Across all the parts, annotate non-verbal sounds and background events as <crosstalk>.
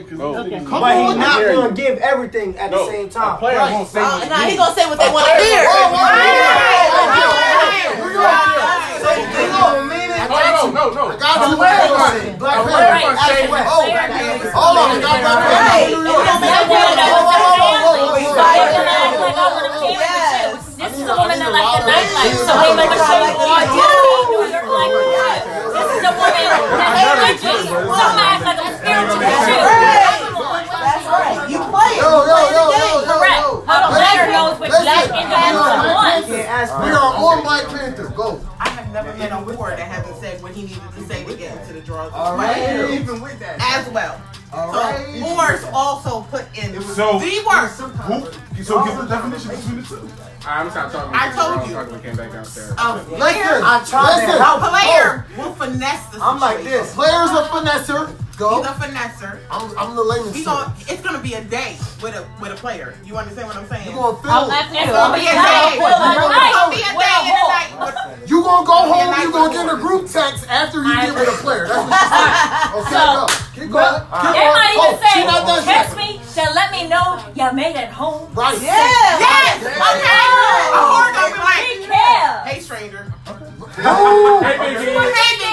Bro, Okay. come But he's on, not Gary. gonna give everything at No, the same A time. player Right. won't say what Nah, he he do. gonna say what they want to hear. No, no, no, no. got you. Black Black Panther. Panther. Black Panther. Black Oh, Panther. Hold on, I got Black Panther. Right. It don't make them feel that way. This is the woman that like the nightlife. So they like to show you all different people. Like, what? This is the woman that they like to Some act like I'm spiritual and shit. That's right. You play it. Yo, yo, yo, yo, yo, Correct. yo. How the black knows what Listen, black we and are on black Black wants. Panther. Yeah, ask We me. are on Black Panther. Go. I have never met a whore that hasn't said what he needed to say to get into the drawers. All right. Even with that. As well. All So right. whores also put in So- the worst. Who? So give the definition between the two. I'm not talking. I told I'm you. talking when came back downstairs. Of Listen. I tried to Listen. a help. player will finesse the situation. I'm like this. Players a finesser. He's a Go. finesser. I'm, I'm the layman. We You gon' gonna it's gonna be a day with a with a player. You understand what I'm saying? feel It's it. gonna be a day. With a It's gonna be a night. day in the night. You gonna go Yeah, home. like You gonna get in a group text after you get with a player. That's what she said. Okay, go. Keep going. Keep They might even going. Oh, she not say, done text yet. me to let me know y'all made it home. Right. Yes! Okay! A whore gonna be like, Take care. hey stranger. No. Hey, baby. Hey, baby.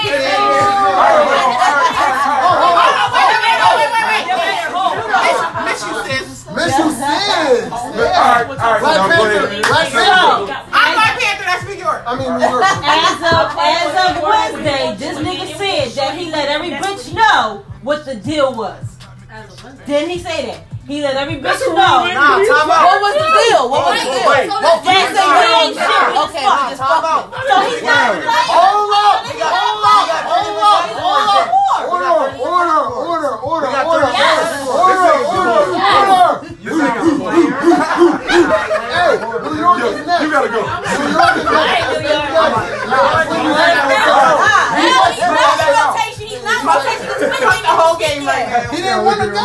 Hey, baby. Oh, Wait, wait, wait, wait, wait, Y'all wait. made it home. Miss you, sis. oh. Miss you, sis. All right, Yeah. all right. Black now go ahead. Panther. Black Panther. I'm Black Panther, that's New York. I mean, New York. <laughs> As of as of Wednesday, this nigga said that he let every bitch know what the deal was. Didn't he say that? He let every bitch know. Nah, time out. What was the deal? What was the deal? Wait, Whoa, That's a real shit. Okay, we just Time out. So he's not playing. Hold up. Hold up. Hold up. Hold up. Hold Order, order, order, order, got order, three order, order, order, order. You sound like a player. Hey, New York is next. You New York gotta go. is next. New York. Hell, he's not in rotation. He's not in rotation. He's Cut the whole game right now. He didn't want to go.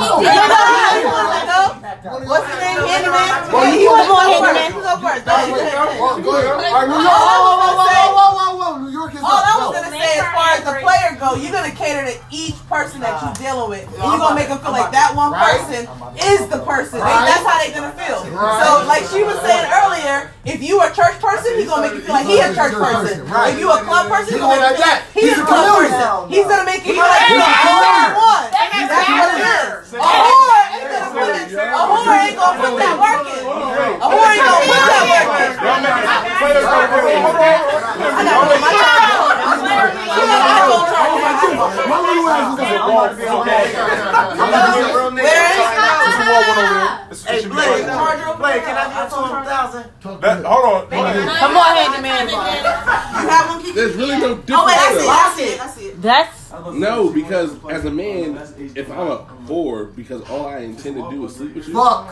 What's his name? Handyman? Well, Yeah, he you was was on going Handyman. Who go first? That's you. Well, go ahead. All right, New York. Whoa, whoa, whoa, whoa, whoa, whoa, whoa. New York is All I was next. gonna say, as far as the player go, you're gonna cater to each person that you're dealing with, and you're gonna make them feel like that one Right. person is the person. They- Right. That's how they're gonna feel. Right. So, like she was saying earlier, if you a church person, he's gonna make you feel like he a church person. Right. If you a club person, he's He gonna gonna make you like feel that. like he's a club person. He's gonna make you feel like He's he's a the one. And that's That's what it bad is. A whore ain't gonna put it. A whore ain't gonna put that work in. A whore ain't gonna put that work in. Y'all make it. Players go crazy. Hold on. I gotta put my charger on. You know I go charge my phone. My little ass is Football, football. There ain't no It's a ball one over here. It's- it Hey, should be Blake, right. Blake, can I get 20,000? That- Hold on. Hold on. Come on, handyman. You have one keep. There's really no difference. Oh wait, I see though. it. I see it. I see it. That's No, because as a man, if I'm a whore, because all I intend to do is sleep with you, Fuck.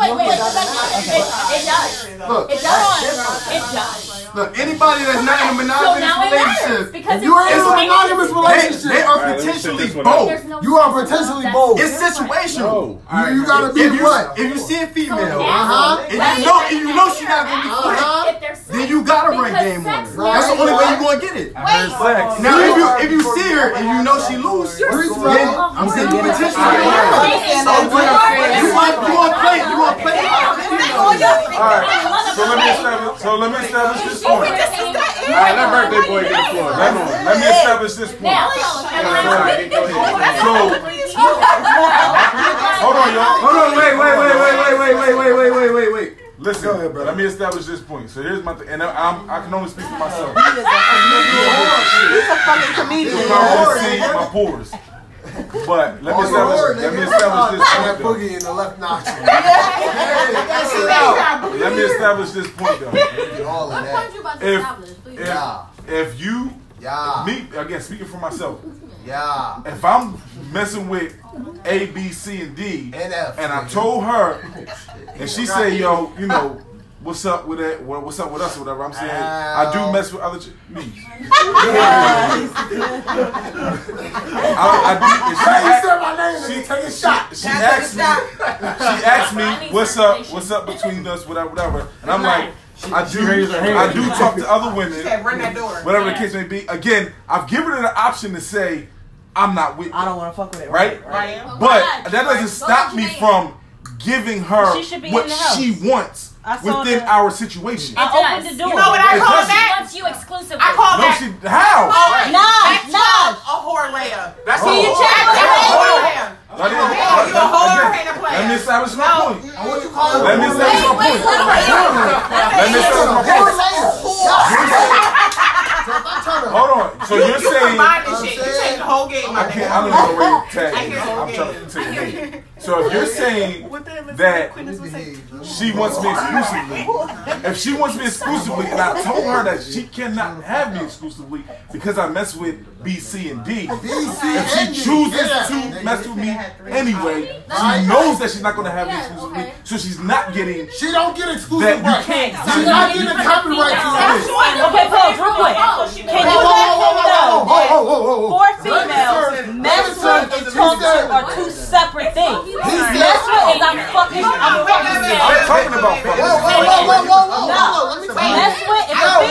wait, wait, wait, wait. It does. look, It does. It does. look, anybody that's not So now in a it monogamous matters relationship, because You are in it's a monogamous they, they relationship. All are right, let me sit potentially this one out. both. There's no- You are potentially That's- bold. It's situational. No. You, you gotta be If you, what? if you see a female, Uh huh. if you know, if you know she's not gonna be Uh quick, huh. If there's then you gotta run Uh-huh. Because game on sex her. That's the only way you gonna get it. Now, if you if you see her and you know she loose, then I'm saying you potentially. So Understand what that. I'm saying, you want you want to play, you want to play. Alright, So let me establish, so let me establish this point. All All right, let birthday boy get the floor. right, on. Let me establish this point. Now, So, hold on, y'all. Hold on, wait, wait, wait, wait, wait, wait, wait, wait, wait, wait, wait, wait. Listen, let me establish this point. So here's my thing, and I'm, I can only speak for myself. He's a fucking comedian. You know, I'm gonna see my pores. But let me establish, let me establish this point. That though. boogie in the left nostril. Let me establish this point though. All of that. Yeah. If, if you Yeah. me again speaking for myself, Yeah. if I'm messing with A, B, C, and D, And F. and I told her, and she say, "Yo, you know, what's up with that? What- What's up with us or whatever?" I'm saying, "I do mess with other ch- me." I, I do. my and She, she, Take a she, she asked me. She asked me, "What's up? What's up between us? Whatever, whatever." And I'm like, "I do. I do talk to other women." Okay, run that door. whatever the case may be. Again, I've given her the option to say, I'm not with I you, don't want to fuck with it. right? Right. But that doesn't stop me from giving her She should be in what the house. she wants I saw within that. our situation. I opened the You door. know what I It call doesn't. that? Once you exclusively. I call No, that she, how? No, no. a whore layup. That's Can you check That's a whore layup. That is- You a whore and a Let me player. establish my point. What you call Let me establish my point. Let me establish my point. Hold on. So you're You saying combine I'm this shit. You saying- take the whole game I out can't. there. I don't even know where you tag. I hear you. I'm trying to tell you. the name. So if you're saying that she wants me exclusively, if she wants me exclusively, and I told her that she cannot have me exclusively because I mess with B, C, and D, and she chooses to mess with me anyway, she knows that she's not going to have me exclusively, so she's not getting She don't get exclusive that rights. you can't. She's not getting the copyright to this. Okay, pause real quick. Whoa, Can you whoa, let whoa, whoa, him know whoa, that whoa, whoa, whoa, whoa. four Let me females, serve- mess let me with serve and this talk reason. to are two separate things. He Mess said- with is I'm fucking, I'm fucking serious. I'm talking about Whoa, fucking. whoa, whoa, whoa, whoa, whoa, whoa, let me tell you. Mess with, if a No, no, female,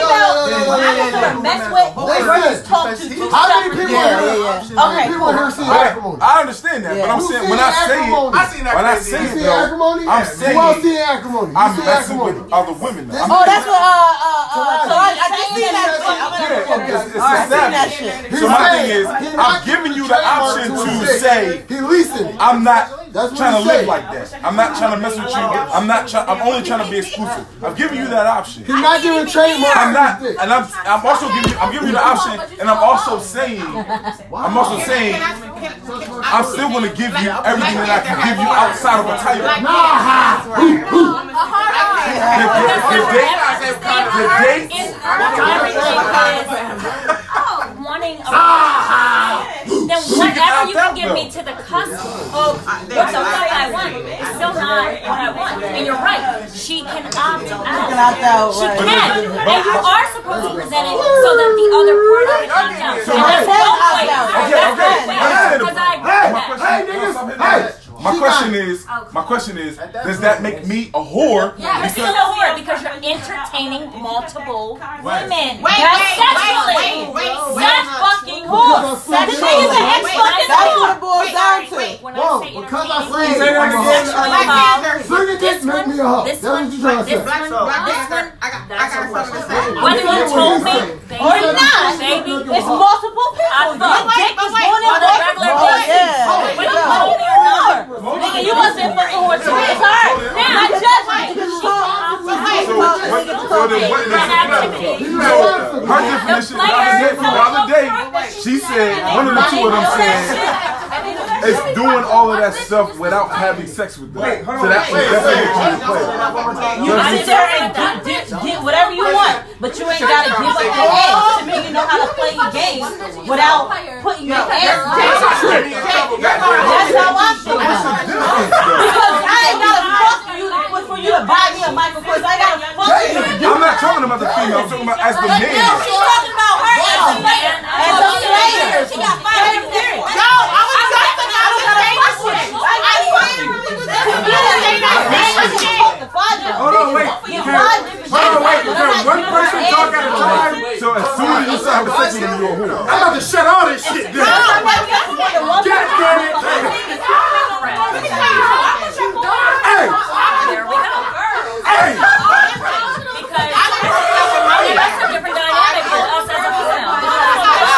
no, no, no, no, I no, consider no. mess with, Listen, versus talk to How many two separate people things. here? How many Okay. people here see All right. that? I understand that, but I'm You saying seen when I say acrimony. it, I seen that when I crazy. say You it, seen though, acrimony? I'm Who saying else seen acrimony? You I'm seen messing acrimony? with other women. though. I'm Oh, that's what, uh, uh, uh, so I, I just seen Yeah, that shit. it's, it's I've seen that established. shit. So my thing is, He's I'm not giving you the trademark option to to his say He leased it. I'm not That's what trying he to live said. like that. I'm not trying to mess with you. I'm not. Try- I'm only trying to be exclusive. I'm giving you that option. He's not giving trademark. I'm not, to his and dick. I'm. I'm also giving. You, I'm giving you the option, and I'm also saying. I'm also saying. I'm still going to give you everything that I can give you outside of a title. The date. The date. It's not everything is wanting a "Ah, then whatever you can give me to the customer what's the fuck I want is still not what I want. And you're right. She can opt out. Knocked out, She right. can. And you are supposed to present it so that the other party can opt out. So And that's right. both ways. Okay, That's both okay. ways. Because I agree with that. Hey, niggas. My She question got is, my question is, does that make me a whore? Yeah, you're still Because a whore because you're entertaining multiple women. Wait, That's wait, sexually. wait, wait, wait. That's fucking whore. Because I That flipped nigga's an it. ex fucking That's what it whore. boils down to. When Whoa, I say because I entertaining, flipped it. Say that again. sexually Black involved, Panther. Sugar dick make me a hoe. That's what you trying to this say. Black, Black Panther. I got, I got something to say. Whether you told me or not, baby, it's more. multiple I people. fuck. Your dick is going On in a regular multiple basis. yeah. Whether you told me or not, nigga, you must have fucking whore too. It's her. Now I judge So what- so then what makes it better? activity. So her definition, The I said players, from the other day, the she said one of the two of them said it's doing all of that stuff without having sex with them. Wait, hold on, so that wait, was definitely wait, a player. You Does sit it- there and get, get, get whatever you want, but you ain't gotta give up your ass to me. You know how to play your games without putting your ass down. That's how I feel. about it. Because I ain't gotta fuck you for- for you to buy me a Michael Kors. I gotta fuck you. I'm not talking about the female. I'm talking about as the But now man. she's talking about her as a player. As a player. She got fired. Period. No, I was just thinking I was gonna question. I Hold on, wait. Karen. Get five different Hold on, wait. shades. Karen, One But I'm person not talk giving at a her ass. time. So as soon as you start with sex with them, you're a whore. I'm about to shut all this shit down. God damn it. Hey, There we go. hey. Because that's a different dynamic than us as a female.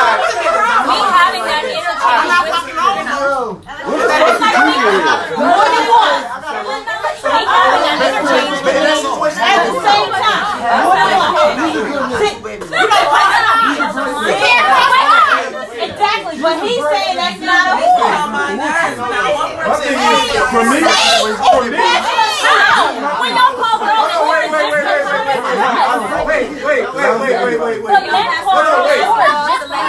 Me having that interchange with More than once. me having that interchange with At the same time. More than once. Exactly, but he's saying that's not a whore. My thing is, for me, for me. When y'all call girls whores, Wait, wait, wait, wait, wait, wait, wait, wait, wait, wait, wait, wait, wait, but wait. men call girls whores just like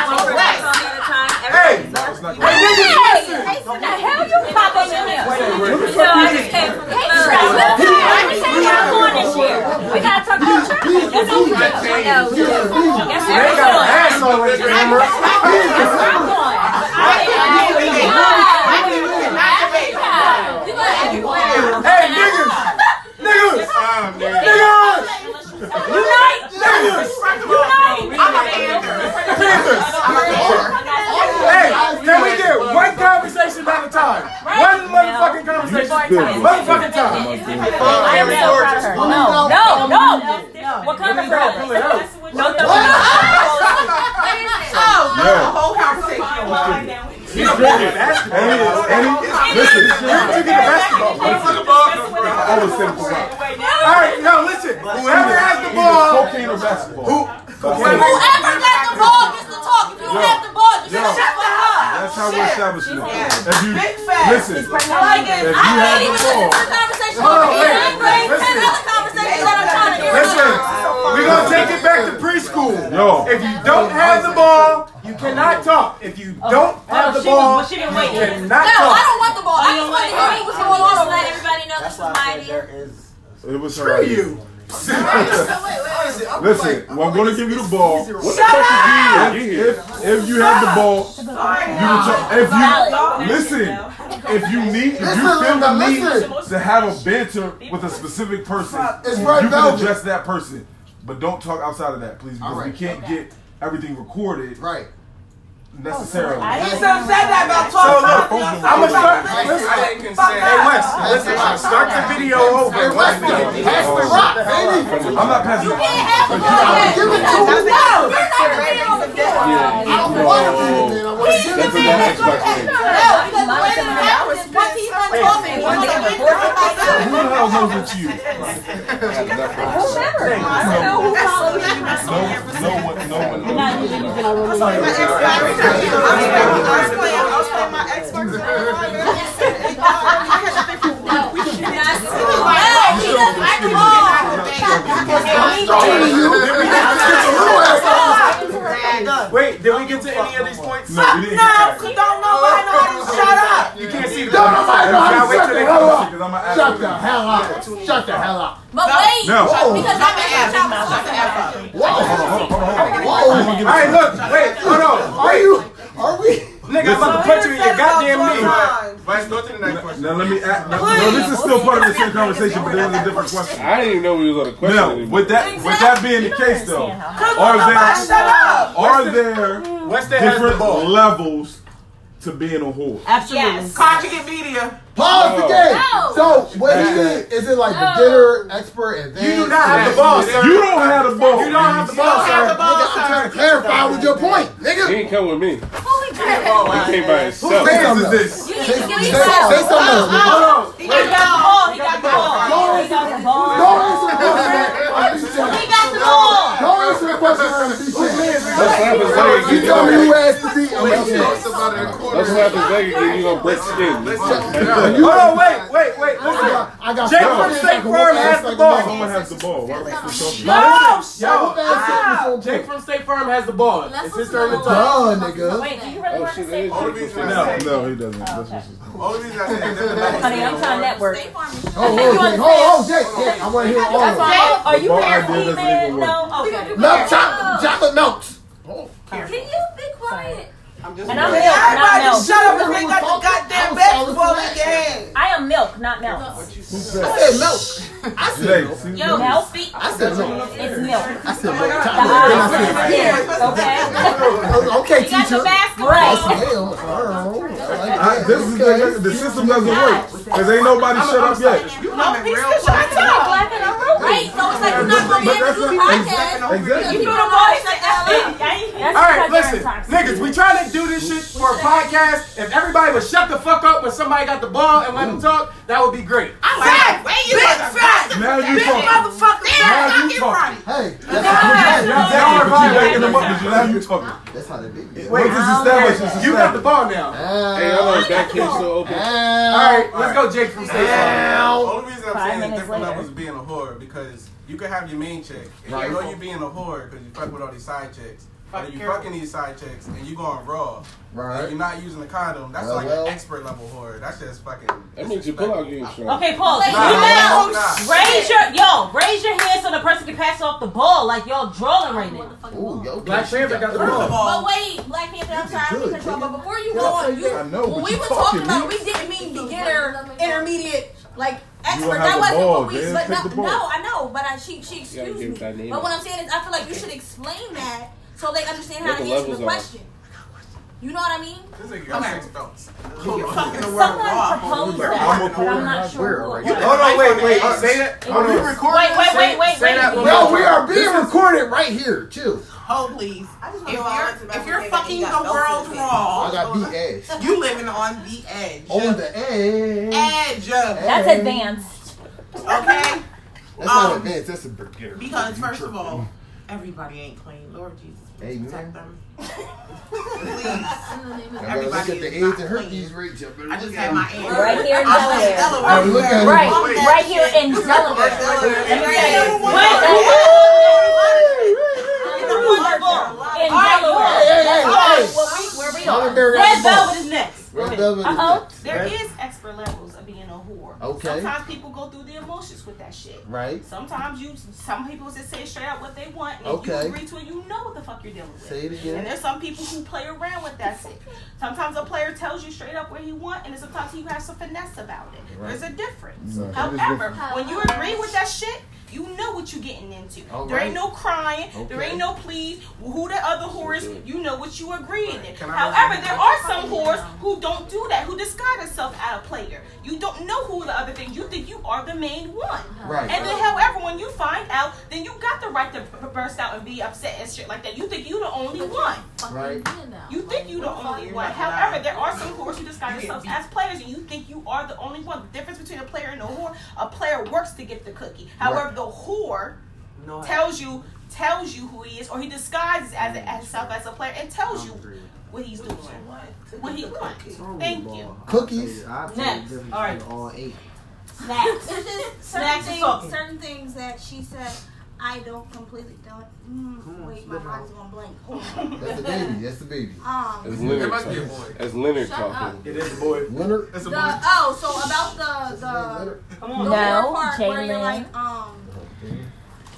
Hey, What the hell you popping in here? So I just came from the club. I'm just saying where I'm going this year. We gotta talk about church. That's what we do. That's where they we're got an going. ass on the camera. That's where I'm going. Hey, niggas, niggas, niggas, Unite! niggas, Unite! niggas. Hey, can we get one conversation at a time? One motherfucking conversation. Motherfucking time. I am so proud of her. No, no, No, no. What kind of brother? No, no, Yeah. Whole conversation. Any, any, listen, you're thinking of basketball. I was simple. All right, no, listen. Whoever has the ball, Cocaine or basketball? who? Cocaine. Whoever got the ball gets to talk. If you don't have the ball, you Yo, gotta shut the hell up. that's how we establish it. If you Big facts. listen, if you I have can't even the listen to ball, the conversation. Hold on, over wait, here. I bring ten listen. other conversations that I'm trying to hear. Listen, we're gonna take it back to preschool. yo, If you don't have the ball, you cannot talk. If you don't have the she was- ball, but she you didn't wait. cannot No, I talk. don't want the ball. I just want to hear what's going on over Let there. everybody know That's this is why I my said idea. there is. it was her. Screw you. Listen, well, I'm gonna give you the ball. What the fuck you doing? If, if you have the ball, you can talk. If you listen, if you need, if you feel the need to have a banter with a specific person, It's you red can velvet. address that person, but don't talk outside of that, please, because we can't get everything recorded Right. necessarily. He said that about So twelve times. look, Phone fucking saying. Hey Wes, listen, start the video over. Hey, Wes, pass Oh, the rock, baby. I'm not passing You can't it. have the I'll give it to him. No, you're not gonna be on the floor. Yeah. I don't want to give it to That's him. I want to give it to what him. my next question is. No, because the way that happens is once he's done talking, he's gonna get the fuck out of Who the hell knows it's you? I have nothing. No, no one, no one. knows. Not usually you can Wait, did we get to any of these points? No, we didn't. No, You can't see the Don't nobody know how Y'all to wait shut till the they hell come. up. Shut the hell up. Shut the hell up. But wait, No. because I'm an Whoa. I'm Whoa. gonna Hey, look, wait, hold on, Are wait. you? Are we? Nigga, I'm Oh, about to punch you in your goddamn knee. Vice, go to the next question. Now let me ask. No, no, this is still part of the same conversation, but there was a different question. I didn't even know we was on a question Now, anymore. with that, with that being the case, though, are there are there Weston has the different ball. levels to being a whore? Absolutely. media. Pause the game. So, what is No. it? Is it like beginner, expert, advanced? You do not have the ball, sir. You don't have the ball. You don't have the Nigga, ball, sir. I'm trying to clarify with your point, He nigga. ain't come with me. He came by himself. Who's What is this? Say say something else, nigga. Hold on. He got the ball. He got the ball. He got the ball. Don't answer the question, man. He got the ball. Don't answer the question, man. Let's slap his leg You again. tell me who asked to be. I'm gonna say. Let's slap his leg again. You gonna break skin. Now, you- Hold on, Oh, wait, wait, wait. Listen. I got Jake four from kids, State I can Farm whoop has ass the like a ball. motherfucker. Someone has the ball. Why are we still talking? Now listen. Y'all whoop Yo, ass like Jake this on from State Farm has the ball. It's his turn to talk. Duh, nigga. Wait, do you really Oh want to shit, say? that is Jake. No, no, he doesn't. That's just Honey, I'm trying to network. Oh, oh, Jake. Oh, oh, Jake. Jake, I want to hear all That's of it. why. Are you The ball married? idea doesn't female? even work. No. Okay. Love chocolate, chocolate notes. Oh, Can you be quiet? And I'm milk, not milk. Shut up and they got the goddamn basketball in your hand. I am milk, not milk. I said milk. I said milk. Jake, Yo, milk. I said milk. It's milk. I said milk. The eyes Chocolate. yeah. Okay. Okay, teacher. Right. Damn, girl. I like I, that. this is Okay. the, the system doesn't work because ain't nobody shut up yet. Right, so it's like you're not gonna be But able to that's do not- podcast. Exactly. You don't want to All right, listen, niggas, we trying to do this shit for a podcast. If everybody would shut the fuck up when somebody got the ball and let them talk, that would be great. Now you talking. Now you talking. Hey, that's Now But you backing we're violating. them up. But now you talking. that's how they beat me. Wait, this established. This You got the established. ball now. Hey, I love that case so open. All right, let's go, Jake from State Farm. only reason I'm Five saying minutes it's different later. levels of being a whore because you could have your main chick and you know you're being a whore because you fuck with all these side chicks. But if you fucking these side chicks and you going raw, and Right. you're not using a condom, that's Well, like well. an expert level whore. That's just fucking. That means your pull-out game strong. Okay, pause. Like, You know, Nah, nah. Raise your yo, raise your hand so the person can pass off the ball like y'all drawing right now. Ooh, yo, Black Panther got the ball. Um, But wait, Black Panther, I'm sorry, I'm in control. But before you go on, you, I know, when but we you were talking. talking about, it, we didn't mean beginner, intermediate, like You expert. don't have That the wasn't ball, what we. man. But Pick no, the ball. no, I know, but I, she she gotta excused give me. that name But what out. I'm saying is, I feel like you should explain that so they understand how What to the answer the levels are. question. You know what I mean? This nigga got six belts. Someone proposed that, but I'm not sure. who it was. Hold on, wait, wait. Say that. Hold on. Wait, wait, wait, wait, Say that wait. one more Yo, we are being recorded right here. Chill. Oh, please. If you're, if you're fucking the world world I raw, got beat ass. you living on the edge. On the edge. edge. Okay? That's advanced. That's not Um, advanced. That's a beginner. Because, first of all, everybody ain't clean. Lord Jesus, please Amen. protect <laughs> them. Please. I better look at everybody the is AIDS not and herpes clean. rates. I better I just look had at my them. aunt. Right here in Delaware. I look Delaware. at them. Right, right here in Delaware. Delaware. In Hey, Delaware. hey, hey, hey. Mama Bear got Red the ball. Velvet is next. Red Velvet. Uh oh. There is expert levels of being a whore. Okay. Sometimes people go through the emotions with that shit. Right. Sometimes you, some people just say straight out what they want, and Okay. if you agree to it, you know what the fuck you're dealing with. Say it And again. there's some people who play around with that shit. Sometimes a player tells you straight up what he wants, and then sometimes you have some finesse about it. There's a difference. However, when you agree with that shit, You know what you getting into. All there ain't right. no crying. There Okay. ain't no please. Who the other whores? You know what you agreeing to. Can I- However, there are some whores who don't do that. Who disguise herself as a player. You don't know who the other thing. You think you are the main one. Right. And then, however, when you find out, then you got the right to b- burst out and be upset and shit like that. You think you the only one. Right. You think you the only not one. lying. However, there are some whores who disguise themselves as players, and you think you are the only one. The difference between a player and a whore: a player works to get the cookie. However, Right. the whore tells you tells you who he is, or he disguises as, Mm. a, as himself as a player and tells you what he's doing, what he wants. Thank <laughs> you. Cookies. Next. All right. All eight. Snacks. There's just <laughs> certain Snacks is talking. things, certain things that she said I don't completely don't. Mm, wait, my mind's going blank. That's the baby. That's the baby. Um, That's Leonard might be talking. a boy. That's Leonard Shut talking. It is a boy. Leonard. It's a the, boy. oh, so about the the, Come the on. war No, part where you're Jalen. like um.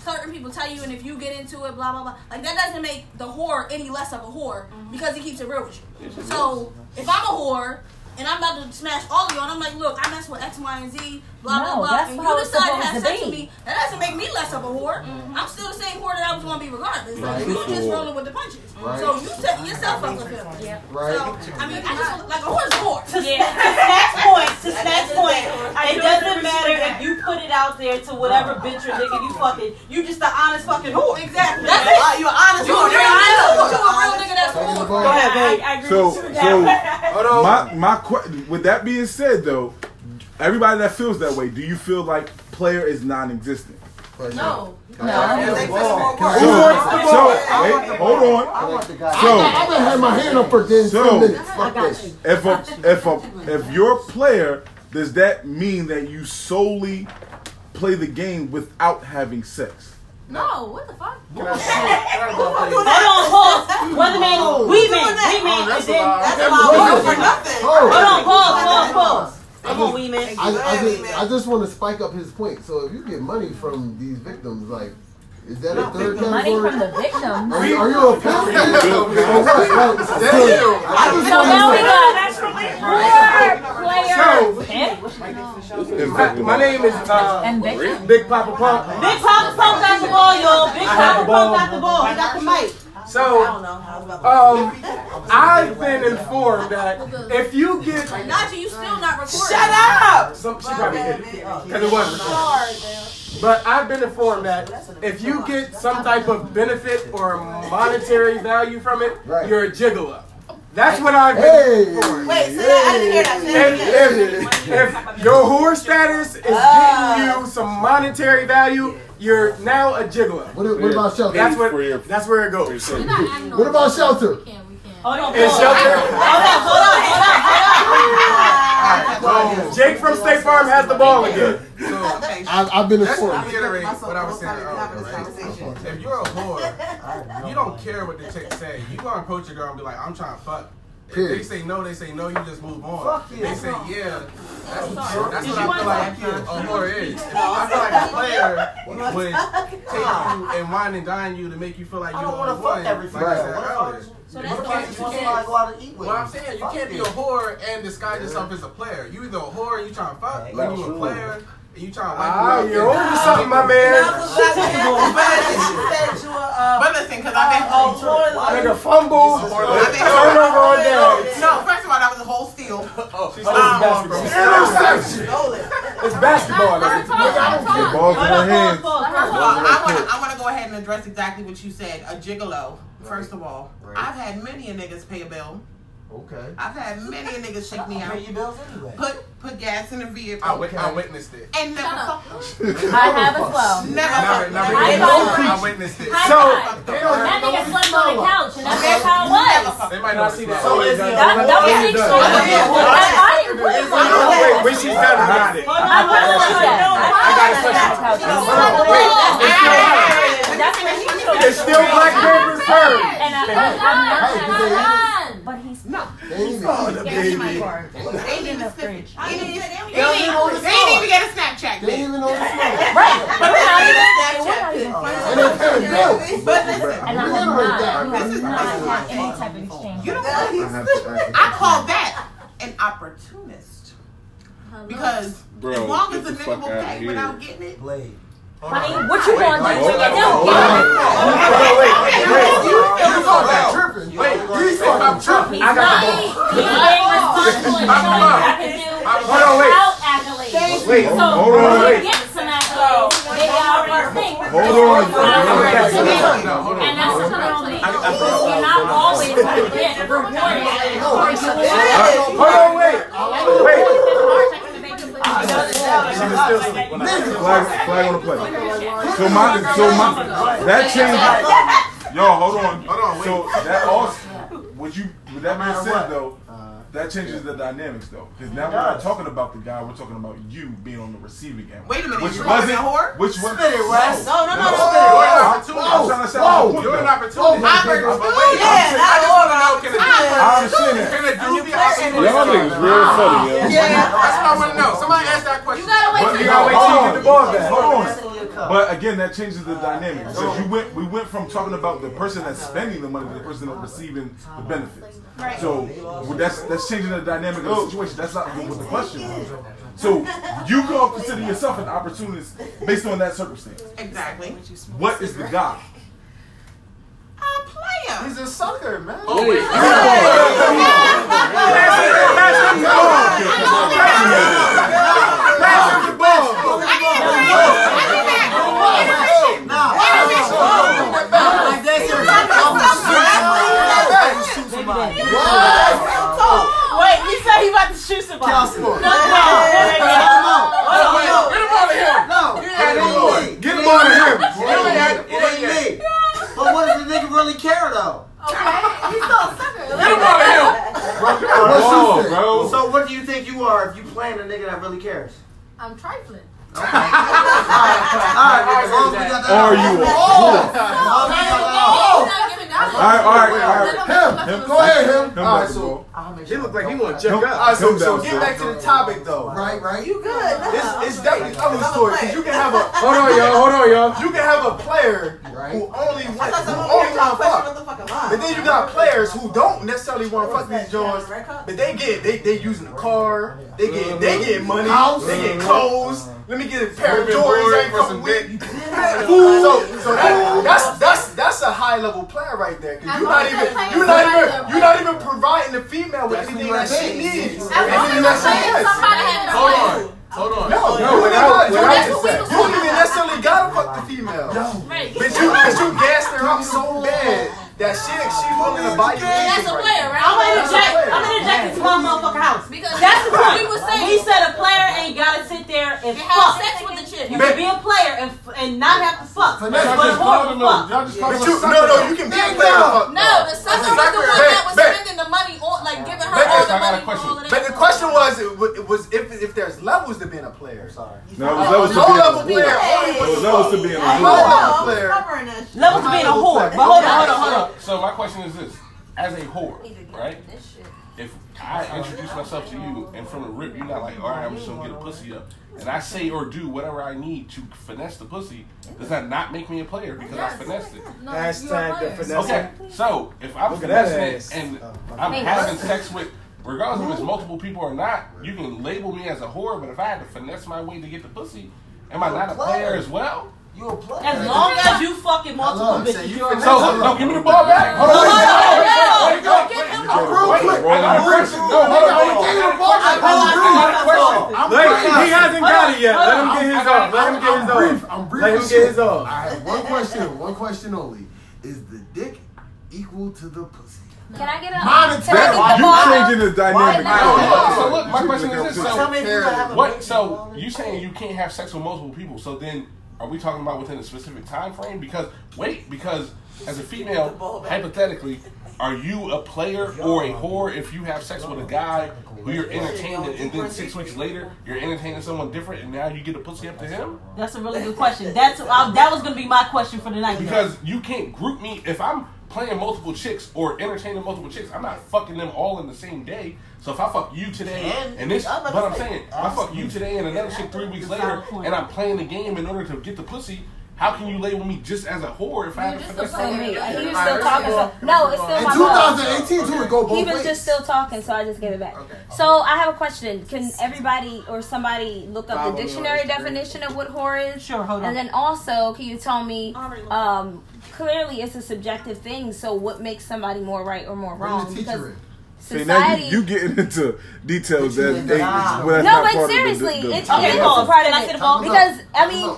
Certain people tell you, and if you get into it, blah blah blah. Like that doesn't make the whore any less of a whore Mm-hmm. because he keeps it real with you. Yes, it So if I'm a whore and I'm about to smash all of you, and I'm like, look, I mess with X, Y, and Z, blah No, blah blah, that's and how you it's decide to supposed have to sex be. Mm-hmm. with me, that doesn't make me less of a whore. I'm still the same whore that I was gonna be regardless. Right. Like, you just rolling with the punches. Right. So you setting yourself up for failure. Right. oh, So I mean, I just like a horse whore. To, to Snap's point, to Snap's point, <laughs> it doesn't matter <laughs> if you put it out there to whatever bitch or nigga <laughs> you fucking, you just an honest fucking whore. Exactly. That's it. You're honest You a real whore. You're honest nigga. You a real nigga that's whore. Go ahead, go ahead. I agree So, with so you. my my que- with that being said though, everybody that feels that way, do you feel like player is non-existent? No. So, so wait, hold on. So, I've been had my hand up for ten so, minutes. Fuck this. If a if a if you're a player, does that mean that you solely play the game without having sex? No, what the fuck? Hold on, pause. Weatherman, we men, we men, and then that's why we Hold for on. nothing. Hold on. Hold on, pause, pause, pause. Come on, we Oh, I, men. I just, I just want to spike up his point. So if you get money from these victims, like, is that a third Money category? from the victims. Are you, are you a pimp? So I just now we want to got four players. My, my name is uh, Big Papa Pump. Big Papa Pump got the ball, y'all. Big Papa Pump got the ball. He got the mic. So, um, I've been informed that if you get Naja, you still not recording. Shut up! Some, she probably hit it. 'Cause it was recorded. Sorry, man. But I've been informed that if you get some type of benefit or monetary value from it, you're a gigolo. That's what I've been informed. Wait, say that. I didn't hear that. Say that If, if, if your whore status is getting you some monetary value, you're now a gigolo. What, what about shelter? That's, where that's where it goes. What about shelter? Hold on, It's pause. shelter. Hold on, hold on, hold on, hold on. Jake from State Farm has the ball again. I've, I've been Let's informed. reiterate what I was saying earlier, right? If you're a <laughs> whore, you don't care what the chick say. You gonna approach a girl and be like, I'm trying to fuck. If they Period. say no, they say no, you just move on. If They say yeah. That's, that's Did what you I feel want like <laughs> to- a whore is. <laughs> I feel like a player would take you and wine and dine you to make you feel like I you're don't want to fuck every everything. Like I Right. said earlier. So You that's can't- why- you that's why can't- I go out and eat with Well, them. I'm saying you Fuck can't be a it. whore and disguise yourself as a player. You either a whore and you trying to fuck, Yeah, or you a sure. player and you trying to wipe Ah, it up. you're over something, my man. But listen, because Oh, I've been all Nigga fumble, turnover on downs. No, first of all, that was a whole steal. Oh, It's basketball. Interception. It's basketball. nigga. The ball's in her hand. Well, I want to I want to go ahead and address exactly what you said. A gigolo. First of all, I've had many a niggas pay a bill. Okay. I've had many a niggas take me out. Pay your bills anyway. Put put gas in the vehicle. I, wit- I witnessed it. and never fuck. I have as well. Never, never, never. High I five. witnessed it. High So, five. That nigga slept on the couch, and that's how it was. they might not see that. So is he a That, that was Yeah, six yeah. I, I didn't put it on No, the wait, when she's done hiding. I realized that. I realized It's still Black Panther's turn. And I, I, I, but he's not. They didn't even snitch. They didn't even They don't even know the they didn't even get a Snapchat. They didn't even know the Right. But we're not even We're not even And they paid bills. But listen, And I have not, this is not any type of exchange. you don't I call that an opportunist. Because Bro, as long get as a the nigga fuck will outta pay here. without getting it, Honey, what you gonna do when you do get it? Wait, you start I'm tripping. I Not, got the he's ball. <laughs> being responsible and showing what I can do Hold on, wait. without accolades. Wait, so hold when on, you wait. get some accolades, they already think Hold on. And that's the penalty. You're not always gonna get rewarded for your Hold on, wait. Flag, flag on the play. So my, so my, that changed. Yo, hold on, hold on. So that also, would you? Would that being said though, Uh, that changes the dynamics though, because now we're not talking about the guy. We're talking about you being on the receiving end. Wait a minute, which you calling me a wasn't whore? Which was Spit it, Wes. No, no, no, no, spit it, You're an Wes. opportunity. I'm trying to shout Whoa. out my You're an point, though. opportunity. Yeah, I just want to know, can a dude, I understand that. can a dude be opportunity? Y'all niggas real funny, yo. Yeah, that's what I want to know. Somebody asked that question. You gotta But You gotta wait till you get the ball back. Hold on. But again, that changes the dynamic. So you went, we went from talking about the person that's spending the money to the person that's receiving the benefits. So well, that's that's changing the dynamic of the situation. That's not what the question was. So you go consider yourself an opportunist based on that circumstance. Exactly. What is the guy? A player. He's a sucker, man. Wait, you said he about to shoot somebody. No, no, wait, wait, wait. Get him out of here. But what does the nigga really care though? Oh, bro. So what do you think you are if you playing a nigga that really cares? I'm trifling. Are you a whore? Oh. All right, all right, all right. Him, him, go ahead, him. Him All right, got the so ball. He looked like he want to check Nope. up. All right, so, Him so down, get sir. back to the topic though. Right, right. You good? It's, it's definitely other story because you can have a Hold on, y'all. Hold on, y'all. you can have a player who only wants who only want to fuck, but then you got players who don't necessarily want to fuck these joints, but they get they they using the car, they get they get money, they get clothes. Let me get a pair of Moving Jordans forward every for couple some weeks. <laughs> so so that, that's that's that's a high level player right there. Cause As you're long not as even the player you're is not high even level. you're not even providing the female with anything that she needs. Anything that she wants. Hold on. Hold on. Oh. No, Hold on. you don't even- you Without- don't even- you don't even necessarily gotta fuck the female. But you, but you gassed her up so bad that she, she willing to bite you. That's a player, right? I'm gonna That's a interject. player. I'm gonna interject into my motherfucking house. Because That's the point. we were saying He said a player ain't gotta sit there and you have fuck. sex with the chick. You can be a player and, and not have to fuck. But Y'all a just whore called him can a- fuck. y'all just called him a sucker. No, no, you can be a player. No, the sucker was the one that was spending the money on, like giving her But all the- I the got a money for all of that. But the question was, it wa- it was if if there's levels to being a player. Sorry. No, it was low levels to level being a whore. It player. was levels to being a Low whore. level player. Levels to being a whore. But Oh, hold on, hold on, hold on. So my question is this: as a whore, right? If I introduce myself to you and from the rip, you're not like, all right, I'm just gonna get a pussy up, and I say or do whatever I need to finesse the pussy. Does that not make me a player because I finessed it? No, Hashtag the finesse. Okay, so if I'm Look at that finessing ass. Oh, it and I'm Hey, having listen. sex with, regardless if it's multiple people or not, you can label me as a whore. But if I had to finesse my way to get the pussy, am I not a player as well? You a player? As long as you fucking multiple bitches, you're a So no, give me the ball back. Hold on, wait, wait, wait, wait, wait, wait, Real quick. I got a question. No, hold on, hold on. They gave the ball I back. got a question. Wait, he hasn't got it yet. Let him Hold on, get his hold on. off. Let him get his off. Brief. I'm brief. Let him as get shit. his off. I have one question. One question only. Is the dick equal to the pussy? Can I get a Can Monetary. I get the ball? You changing the dynamic. No, So look, my question is this: Tell me So if you have a what? So you saying you can't have sex with multiple people? So then, are we talking about within a specific time frame? Because wait, because as a female, hypothetically, are you a player or a whore if you have sex with a guy who you're entertaining, and then six weeks later you're entertaining someone different, and now you get a pussy up to him? That's a really good question. That's uh, that was gonna be my question for tonight. Because you can't group me if I'm playing multiple chicks or entertaining multiple chicks. I'm not fucking them all in the same day. So if I fuck you today And- and this, I'm about but to I'm say, saying I fuck you today and another chick three weeks later, point. and I'm playing the game in order to get the pussy. How can you label me just as a whore if I haven't finessed So me. He you? was still talking. So, no, it's still In Oh my 2018 love. too, it go both He was ways. just still talking, so I just gave it back. So I have a question. Can everybody or somebody look up Follow the me on dictionary Instagram. definition of what whore is? Sure, hold on. And then also, can you tell me? Um, clearly, it's a subjective thing. So what makes somebody more right or more wrong? Because See, now society. you, you getting into details that ain't no, well, that's not part but of the- seriously, the- it's the- okay. pause. Part Can I of see it. the ball? because I mean.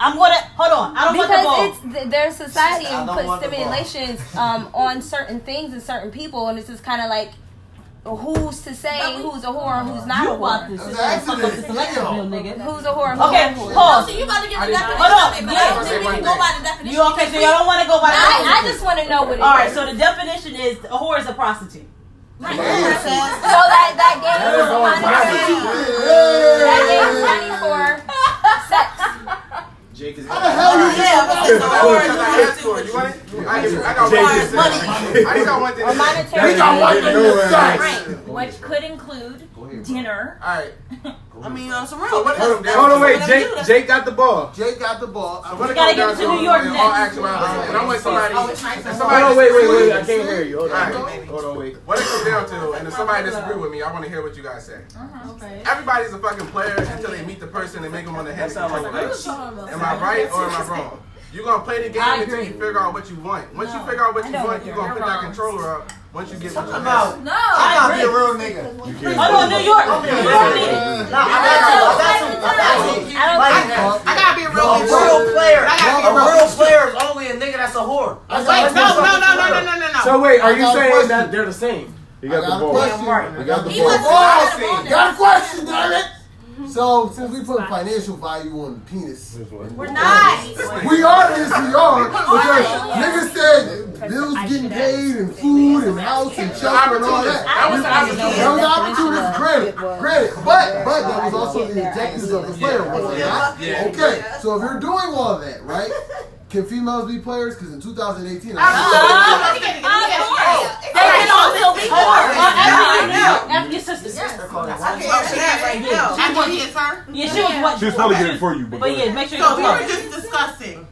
I'm gonna hold on. I don't want the ball. because it's th- their society I don't puts want the ball. stimulations um, on certain things and certain people, and it's just kind of like who's to say who's a whore and who's not a whore. Who's a whore? and Okay, who's not a whore? pause. So you about to give the definition Hold of it, on. but Yeah. I don't think we can go by the definition. You okay? So y'all don't want to go by I- the I definition. just wanna know what it All right. is. So the definition is a whore is a prostitute. So Right. that that game was That is on money. That game was money for sex. Jake is. How the hell you Yeah, get- but it's a whore. I got two. You want it? I I got one. Jason. thing to say. I just got one thing. Or to say. monetary. Right. Which could include dinner. All right. I mean, on some real. Hold on, hold on, Hold wait. Jake, Jake got the ball. Jake got the ball. So when it comes down it, in all actuality, and I want somebody. and somebody Hold on, wait, wait, disagree wait. with I me. can't hear you. Hold on. All right. Hold on, wait. What it comes down to, and if somebody disagree with me, I want to hear what you guys say. Everybody's a fucking player until they meet the person and make them on the head. sounds like a Am I right or am I wrong? You're gonna play the game I until you figure out what you want. Once you figure out what you want, you're gonna put that controller up. Once you get what you want. No, I I agree. agree. Hold on, New York. I'm New York need it. Nah, I got- I got- I I got- I gotta be a real, real player. A real player is only a nigga that's a whore. That's Wait, all no, that's no, no, fucking no, no, real. no, no, no. So wait, are you saying that they're the same? You got Uh-huh. the ball. You got the He was ball. got, a question, damn it! So since we put financial value on the penis, we're not. We are this, we are. Because niggas said bills getting paid and food and house and shelter and all that. That was an opportunity. That was an opportunity, granted, granted. But but that was also the objectives of the player, was it not? Yeah. Okay, so if you're doing all that, right? Can females be players? Because in 2018, She's probably getting it for you, but, But go ahead. yeah, make sure So you we close. were just discussing.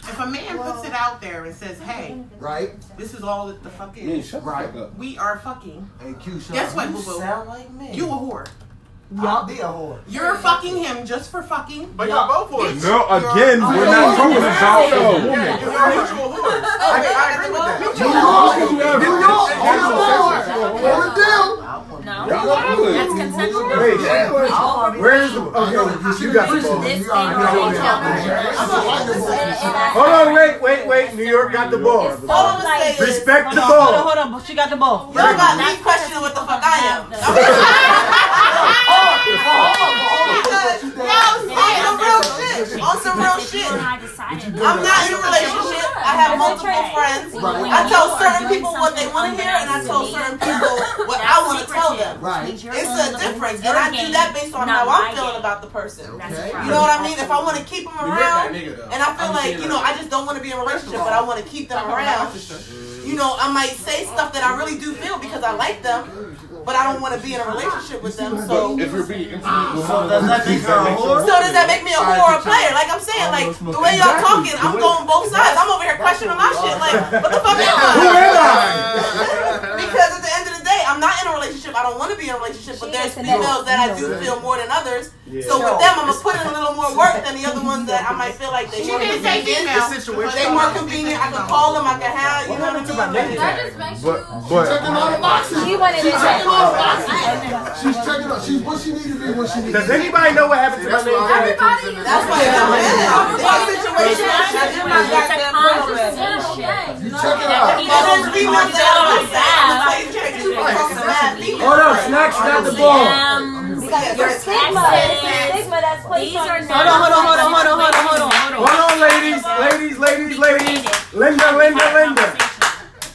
If a man puts it out there and says, "Hey, right, this is all that the fuck Yeah, is. shut the fuck up. We are fucking." And Q, shut Guess up. what, You boo boo? sound like me. You a whore. I'll be a whore. You're fucking him just for fucking. But y'all both No, again, Oh, we're not talking about the woman. You're a mutual whore. I, I agree with that. New York is where every- That's consensual. Where is the? Oh, no, you got the ball. You Hold on, wait, wait, wait. New York got the ball. All I'm gonna say is- Respect the Hold on, ball. hold on, hold on. She got the ball. Y'all got me questioning what the fuck I am. Because y'all was on some real shit. On some real shit. I'm not in a relationship. I have multiple friends. I tell certain people what they want to hear, and I tell certain people what I want to tell them. Right. It's a difference, and I do that based on how I'm feeling about the person. You know what I mean? If I want to keep them You hurt that around, nigga, though. and I feel I'm like saying you that. know, I just don't want to be in a relationship, but I want to keep them around. You know, I might say stuff that I really do feel because I like them, but I don't want to be in a relationship with them. So, But if you're being intimate with So does that make her a so whore? does that make me a whore or a player? Like I'm saying, like the way y'all talking, I'm going both sides. I'm over here questioning my shit. Like, what the fuck am I? Who am because at the end of the day, I'm not in a relationship. I don't want to be in a relationship, but there's females that I do feel more than others. So with them, I'm gonna put in a little more work than the other ones that I might feel like they She more didn't say convenient. female. They more convenient. I can call them. I can have. You know what I mean? But, but, She wanted She's to checking all the boxes. check. She's checking out. She's what she needed to be when she needed Does anybody know what happened to my name? That's why I'm in a situation. Hold on, Snacks got the ball. um, Hold on, hold on, hold on, hold on, hold on, hold on, hold on. Hold on, ladies, ladies, ladies, ladies. Linda, Linda, Linda.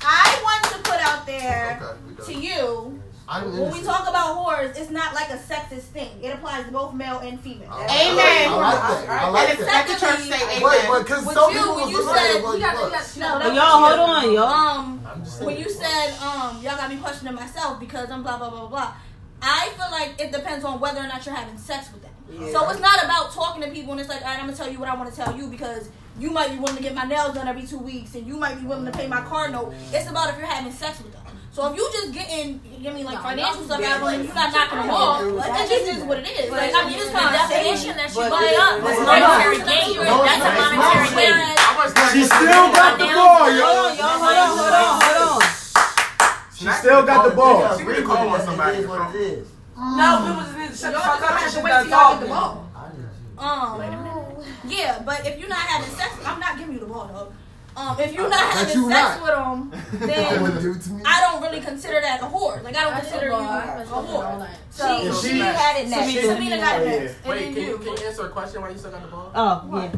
I want to put out there to you. I'm When we innocent. talk about whores, it's not like a sexist thing. It applies to both male and female. I like that. I like that. the church say amen. Wait, but because With some you, people when was you looking at said it like, you got, you look. got, no, that Well, was y'all, you. hold on, y'all. Um, when you said um, y'all got me questioning myself because I'm blah blah blah blah. blah, I feel like it depends on whether or not you're having sex with them. Yeah. So it's not about talking to people and it's like, all right, I'm gonna tell you what I want to tell you because you might be willing to get my nails done every two weeks and you might be willing to pay my car note. It's about if you're having sex with them. So if you just getting, you know, I mean, like financial stuff out of them, you're not knocking them off. It just is what it is. Like I mean, it's not definition that she brought up was monetary gain. That's a monetary gain. She still got the ball, yo. Hold on, hold on, hold on. She still got the ball. She really called on somebody. It is what it is. No, we was in shut the fuck up and shut the dog. Um, yeah, but if you're not having sex, I'm not giving you the ball, dog. Um, if you're not That having you sex not. with them, <laughs> That then wouldn't do it to me. I don't really consider that a whore. Like I don't consider you a whore. So She- she had it next. Samina, Samina got it Yeah. next. And Wait, then can you, you. can you answer a question while you still got the ball? Oh, yeah.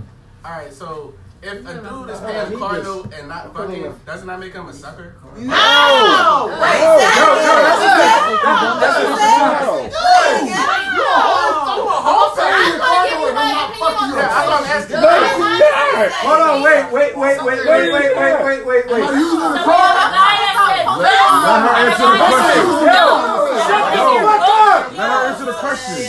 All right, so if a dude is Yeah, he paying car just- note and not fucking, doesn't that make him a sucker? No! Wait, Wait, no, that no, is- no, that's a fact. That- That's a that is- fact. No. No. You a whole- you a whole I'm family gonna give carnivore, you my man. opinion Fuck on you. this. That's what I'm That's asking. what I'm asking. Hold on, wait, wait, wait, wait, wait, wait, wait, wait, wait, wait. Are you The guy that said Let her answer the question. Let her answer the question.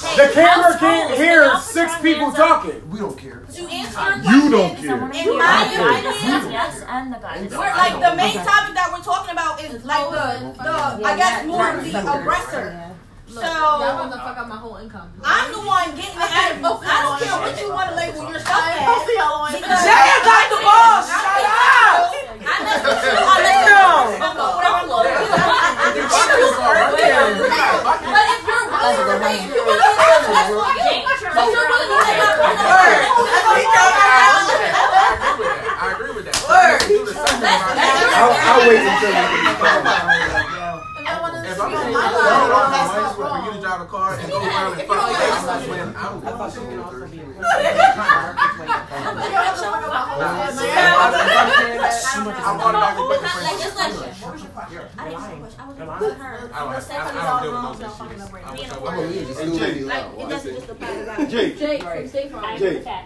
The camera can't hear six people talking. We don't care. To answer your You don't care. In my opinion, opinion, yes, and the guy. We're like the <laughs> main topic that we're talking about is like the the I guess more of the aggressor. So Y'all about to fuck up my whole income. I'm the one <laughs> getting the ad. I don't care what you want to label yourself as. because- Jaya got the ball. Shut up. I mess with you. I mess with you. Fuck up what I want. But if you're really related, if you want to get that's what I get. But you're really related. I agree with that. I agree with that. I'll, I'll wait until you If I'm gonna go around the lights for you to drive a car and go around and fuck places when I was I'm going back to fucking Like, friends. it's like, what was your question? I didn't say a question. I was just I don't have- I- with her. The second is I don't all deal with wrong, those don't fucking up right. issues. Being a I'm whore. gonna- Like, it doesn't just apply to that. Jake. Jake from State Farm. Jake.